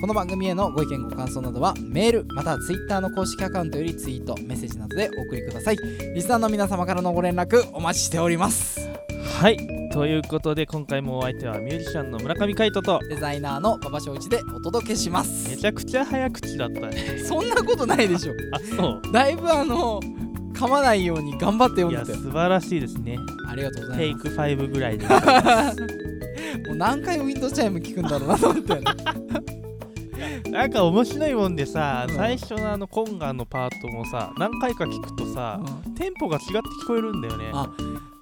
この番組へのご意見ご感想などはメールまたはツイッターの公式アカウントよりツイートメッセージなどでお送りくださいリスナーの皆様からのご連絡お待ちしておりますはいということで今回もお相手はミュージシャンの村上海人とデザイナーの馬場翔一でお届けしまめすちゃくちゃ早口だったねそんなことないでしょあそうだいぶあの噛まないように頑張って読いんでやたよ素晴らしいですねありがとうござテいイまク5ぐら いですもう何回ウィンドチャイム聞くんだろうな と思ってなんか面白いもんでさ、うん最初のあのコンガンのパートもさ何回か聞くとさ、テンポが違って聞こえるんだよねあ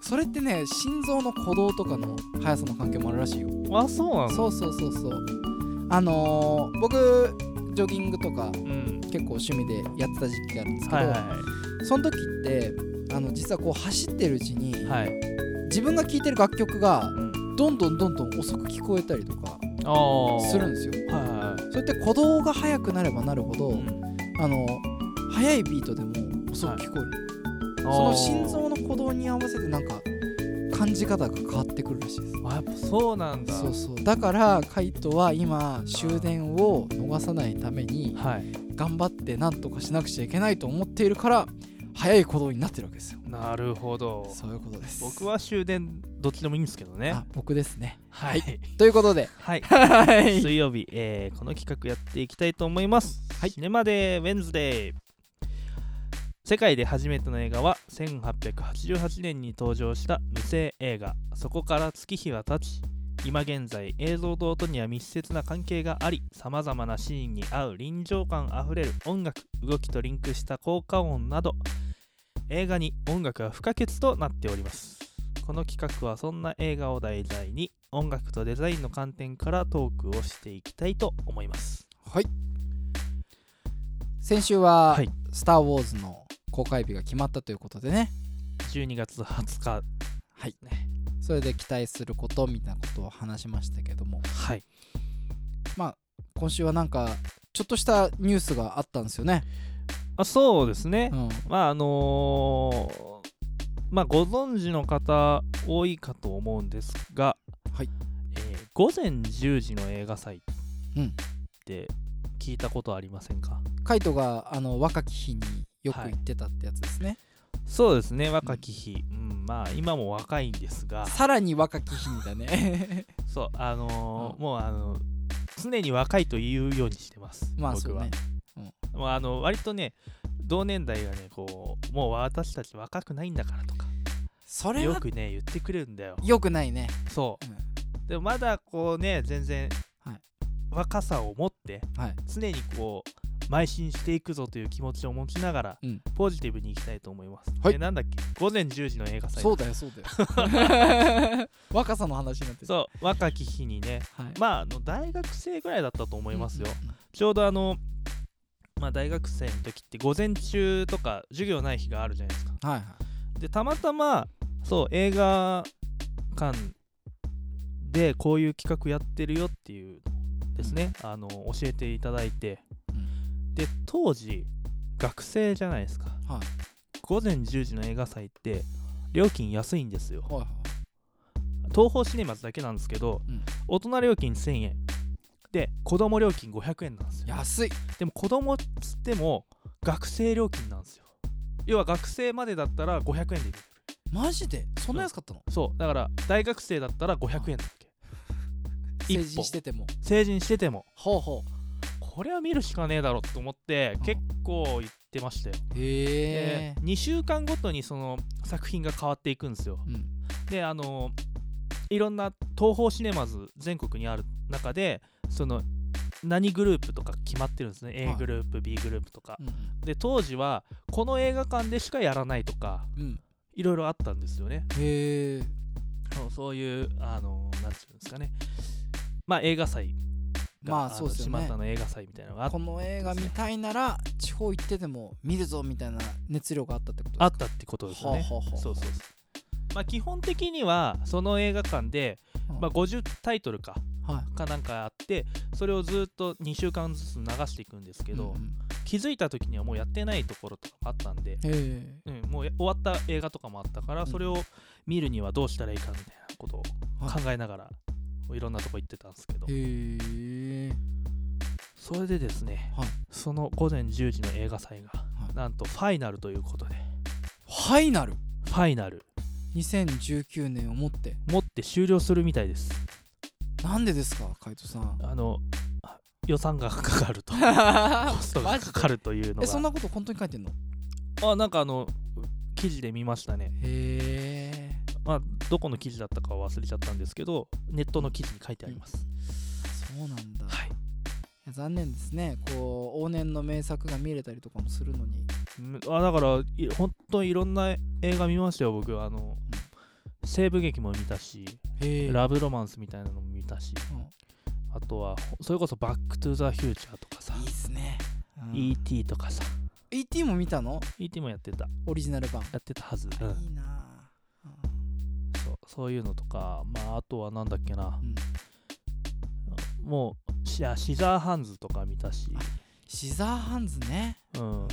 それってね心臓の鼓動とかの速さの関係もあるらしいよあそうなのそうそうそうそうあのー僕ジョギングとかうん結構趣味でやってた時期があるんですけど、はいはその時ってあの実はこう走ってるうちに、いはいはい、自分が聴いてる楽曲がうん、どんどんどんどん遅く聞こえたりとかあーするんですよはいはいはいそれって鼓動が速くなればなるほど、うんあの速いビートでも遅く聞こそえる、その心臓の鼓動に合わせてなんか感じ方が変わってくるらしいですあやっぱそうなんだそうそうだからカイトは今終電を逃さないためにはい頑張ってなんとかしなくちゃいけないと思っているから早い行動になってるわけですよなるほどそういうことです僕は終電どっちでもいいんですけどねあ僕ですねはいということではいはい水曜日、えーこの企画やっていきたいと思います。はいシネマでウェンズデー。世界で初めての映画は1888年に登場した無声映画そこから月日は経ち今現在映像堂とには密接な関係がありさまざまなシーンに合う臨場感あふれる音楽動きとリンクした効果音など映画に音楽は不可欠となっておりますこの企画はそんな映画を題材に音楽とデザインの観点からトークをしていきたいと思いますはい先週ははい「スター・ウォーズ」の公開日が決まったということでね12月20日はいそれで期待することみたいなことを話しましたけどもはい今週はなんかちょっとしたニュースがあったんですよね。あそうですねうん、まああのーまあご存知の方多いかと思うんですが、はいえー午前10時の映画祭うんって聞いたことありませんか、カイトがあの若き日によく行ってたってやつですね。そうですね若き日、うん、まあ今も若いんですがさらに若き日にだね。 そうあのーうんもうあの常に若いと言うようにしてます、まあそ僕うはね。もうあの割とね同年代がねこうもう私たち若くないんだからとかそれよはくね言ってくれるんだよよくないね。そううでもまだこうね全然はい若さを持ってんはい、常にこう邁進していくぞという気持ちを持ちながら、うんポジティブにいきたいと思います、はいでなんだっけ午前10時の映画祭そうだよそう だよ。若さの話になってる。そう若き日にねはい、まああの大学生ぐらいだったと思いますよ、うんうんちょうどあの、まあ、大学生の時って午前中とか授業ない日があるじゃないですかうんはいはい。でたまたまそう映画館でこういう企画やってるよっていうのをですね、あの教えていただいて、うで当時学生じゃないですかはい午前10時の映画祭って料金安いんですよはいはい。東宝シネマズだけなんですけど、うん大人料金1000円で子供料金500円なんですよ安い。でも子供っつっても学生料金なんですよ要は学生までだったら500円で行けるマジでそんな安かったの、そうだから大学生だったら500円だっけ一成歩人してても。成人しててもほうほこれは見るしかねえだろと思ってうん結構言ってましたよ、う。で。へえ2週間ごとにその作品が変わっていくんですようんであのいろんな東宝シネマズ全国にある中でその何グループとか決まってるんですね A はいグループ B グループとかうんで当時はこの映画館でしかやらないとかうん。いろいろあったんですよねうん、へえ。そうそういうあのなんていうんですかねまあ映画祭が、まあのそうですよね島田の映画祭みたいなのがあっこの映画見たいなら地方行ってでも見るぞみたいな熱量があったってことですかあったってことですよね。はあはあはあそうそうそうまあ、基本的にはその映画館で、うんまあ、50タイトルかはいかなんかあってそれをずっと2週間ずつ流していくんですけど、うんうん気づいた時にはもうやってないところとかもあったんで、えうん、もうや終わった映画とかもあったから、うんそれを見るにはどうしたらいいかみたいなことをは考えながら、い、ろんなとこ行ってたんですけどえへえそれでですね、はいその午前10時の映画祭が、なんとファイナルということでファイナルファイナル2019年をもって持って終了するみたいですなんでですか海斗さんあのあ予算がかか るとコストがマジかでかるというのえそんがなこと本当に書いてんのあなんかあの記事で見ましたね、へえまあ、どこの記事だったかは忘れちゃったんですけどネットの記事に書いてあります、そうなんだいはいや残念ですねこう往年の名作が見れたりとかもするのにうんあだからい本当にいろんな映画見ましたよ僕あの西部劇も見たし、へラブロマンスみたいなのも見たしあとはほそれこそ「バック・トゥ・ザ・フューチャー」とかさいいっすね、うん、 E.T. とかさ ET も見たの E.T. もやってたオリジナル版やってたはず、うんいいなあそうそういうのとかまああとはなんだっけなう、んもうシあシザーハンズとか見たし、シザーハンズねうん、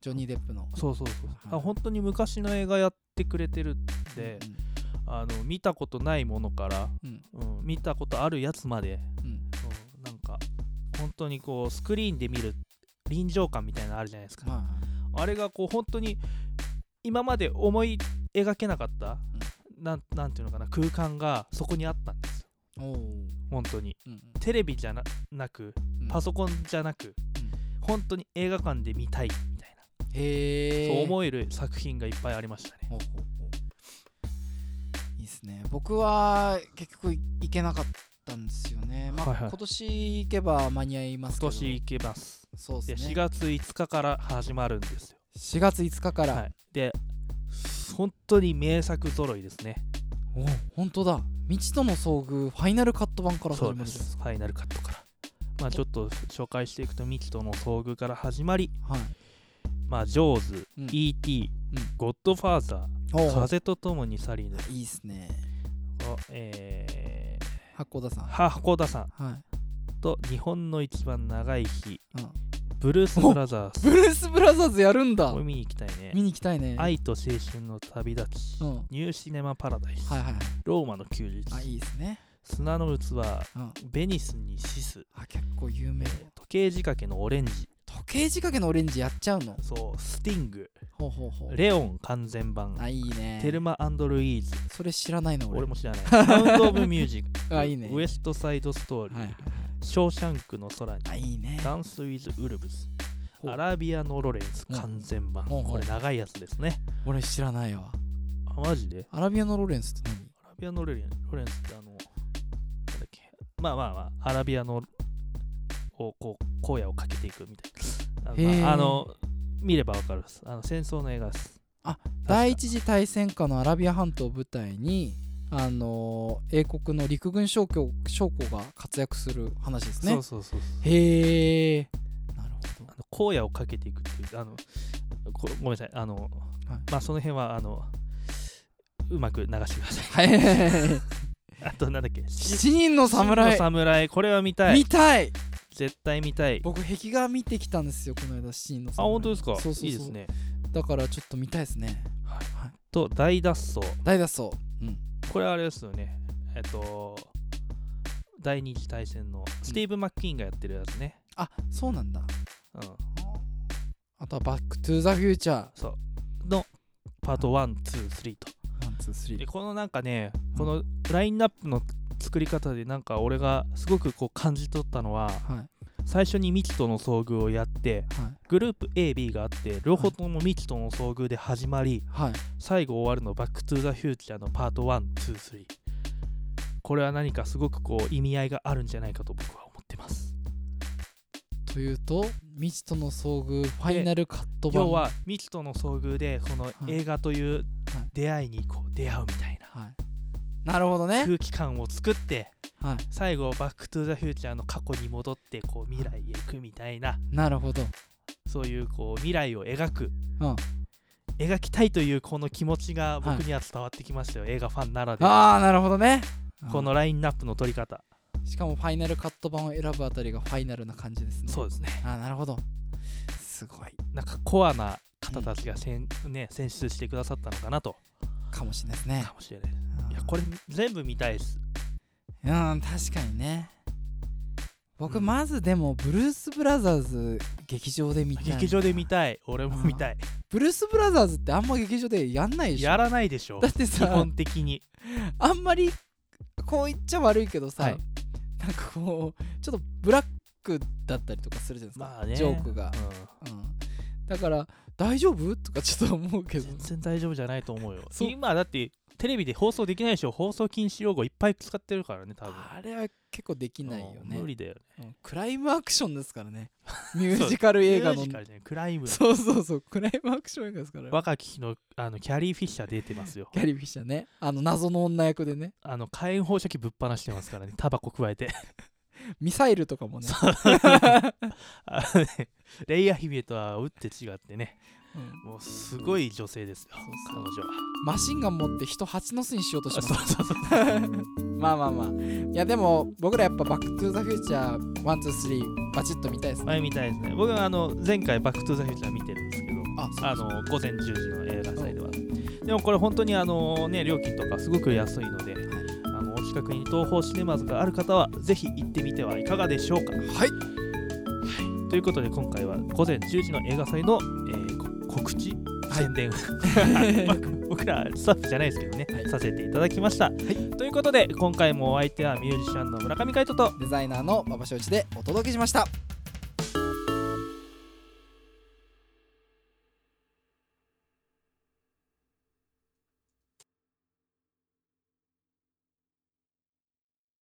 ジョニー・デップのそうそうそうはあい本当に昔の映画やってくれてるってあの見たことないものから、うんうん、見たことあるやつまでうんうんそうなんか本当にこうスクリーンで見る臨場感みたいなのあるじゃないですか、まああれがこう本当に今まで思い描けなかった、なんなんていうのかな空間がそこにあったんですよおおー本当にうんテレビじゃななくうんパソコンじゃなく、本当に映画館で見たいみたいな、へえそう思える作品がいっぱいありましたねほうほうほういいっすね僕は結局い行けなかったんですよねまあ、はいはい今年行けば間に合いま今すけど年行けますそうでです4ね月5日から始まるんですよ、 4月5日から、はい、で本当に名作揃いですねおお本当だ未知との遭遇ファイナルカット版から始そうまるんでですすファイナルカットからまあちょっと紹介していくと未知との遭遇から始まりはい、まあジョーズ、うん E.T. うんゴッドファーザおーう風と共に去りぬいいっすねえー八甲田さんは箱田さんはい、と日本の一番長い日うん、ブルース・ブラザーズブルース・ブラザーズやるんだこれ見に行きたいね見に行きたいね愛と青春の旅立ち、うんニューシネマ・パラダイス、はいはいはいローマの休日あいいですね、砂の器うん、ベニスにシスあ結構有名時計仕掛けのオレンジ時計仕掛けのオレンジやっちゃうのそうスティングほうほうほうレオン完全版あいいねテルマルイーズそれ知らないの俺俺も知らないサウンド・オブ・ミュージック あいいねウエスト・サイド・ストーリー、はいはいはいショーシャンクの空にあいいねダンス・ウィズ・ウルブスほうアラビアのロレンスうん完全版、ほうほうこれ長いやつですね俺知らないわあマジでアラビアのロレンスって何アラビアのロレンロレンスってあのなんだっけまあまあまあアラビアのをこう荒野をかけていくみたいなあの,まあ、へーあの見ればわかるですあの戦争の映画ですあ確か第一次大戦下のアラビア半島を舞台にあのー英国の陸軍将校将校が活躍する話ですそねうそうそうそうへえなるほどあの荒野をかけていくっていうあのこごめんなさいあの、まあその辺はあのうまく流してくださ いはいあとなんだっけ七人の真侍の侍これは見たい見たい絶対見たい僕壁画見てきたんですよこの間七人のあ侍本当ですかそうそうそういいですねだからちょっと見たいですねと大脱走大脱走うんこれはあれですよねえっと第二次大戦のスティーブ・マッキーンがやってるやつね、あそうなんだうん、あとはバックトゥザフューチャーそうのパート123とワンツースリでーこのなんかねこのラインナップの作り方でなんか俺がすごくこう感じ取ったのははいはい最初にミキとの遭遇をやってグループ AB があって両方ともミキとの遭遇で始まりはい最後終わるのバック・トゥ・ザ・フューチャーのパート123これは何かすごくこう意味合いがあるんじゃないかと僕は思ってますというと未知との遭遇ファイナルカット版要はミキとの遭遇でこのい映画という出会いにこう出会うみたいなはいなるほどね空気感を作ってはい最後バック・トゥ・ザ・フューチャーの過去に戻ってこう未来へ行くみたいななるほどそういうこう未来を描くうん描きたいというこの気持ちが僕はいには伝わってきましたよ、映画ファンならではああなるほどね このラインナップの取り方うんしかもファイナルカット版を選ぶあたりがファイナルな感じですねそうですねあーなるほどすごいなんかコアな方たちがせん、ね、選出してくださったのかなとかもしれないですねかもしれないいやこれ全部見たいですうんうん確かにね僕うんまずでもブルース・ブラザーズ劇場で見たい劇場で見たい俺も見たいブルース・ブラザーズってあんま劇場でやんないでしょやらないでしょだって基さ本的にあんまりこう言っちゃ悪いけどさ、はいなんかこうちょっとブラックだったりとかするじゃないですか、まあねジョークが、うんだから大丈夫とかちょっと思うけうん全ど然大丈夫じゃないと思うよ そう今だってテレビで放送できないでしょ放送禁止用語いっぱい使ってるからね多分あれは結構できないようん無ね理だよねうんクライムアクションですか らねミュージカル映画ミューのジカルじゃないクライムそうそうそうクライムアクション映画ですからキ若き日のあのキャリー・フィッシャー出てますよャリーフィッシャーねあの謎の女役でねあの火炎放射器ぶっ放してますからねタバコ加えて ミサイルとかもね、あのねレイヤー姫とは打って違ってねうんもうすごい女性ですよそ彼う女はマシンガン持って人蜂の巣にしようとしそまうすそうそうまあまあまあいやでも僕らやっぱ「バック・トゥ・ザ・フューチャー123」バチッと見たいですね前みたいですね僕はあの前回「バック・トゥ・ザ・フューチャー」見てるんですけどあそうあの午前10時の映画祭ではでもこれ本当にあのね料金とかすごく安いのであのお近くに東宝シネマズがある方はぜひ行ってみてはいかがでしょうかはいということで今回は午前10時の映画祭の、えーこ告知宣伝、 僕僕らスタッフじゃないですけどね、はいさせていただきました、ということで今回もお相手はミュージシャンの村上海人とデザイナーの馬場正一でお届けしました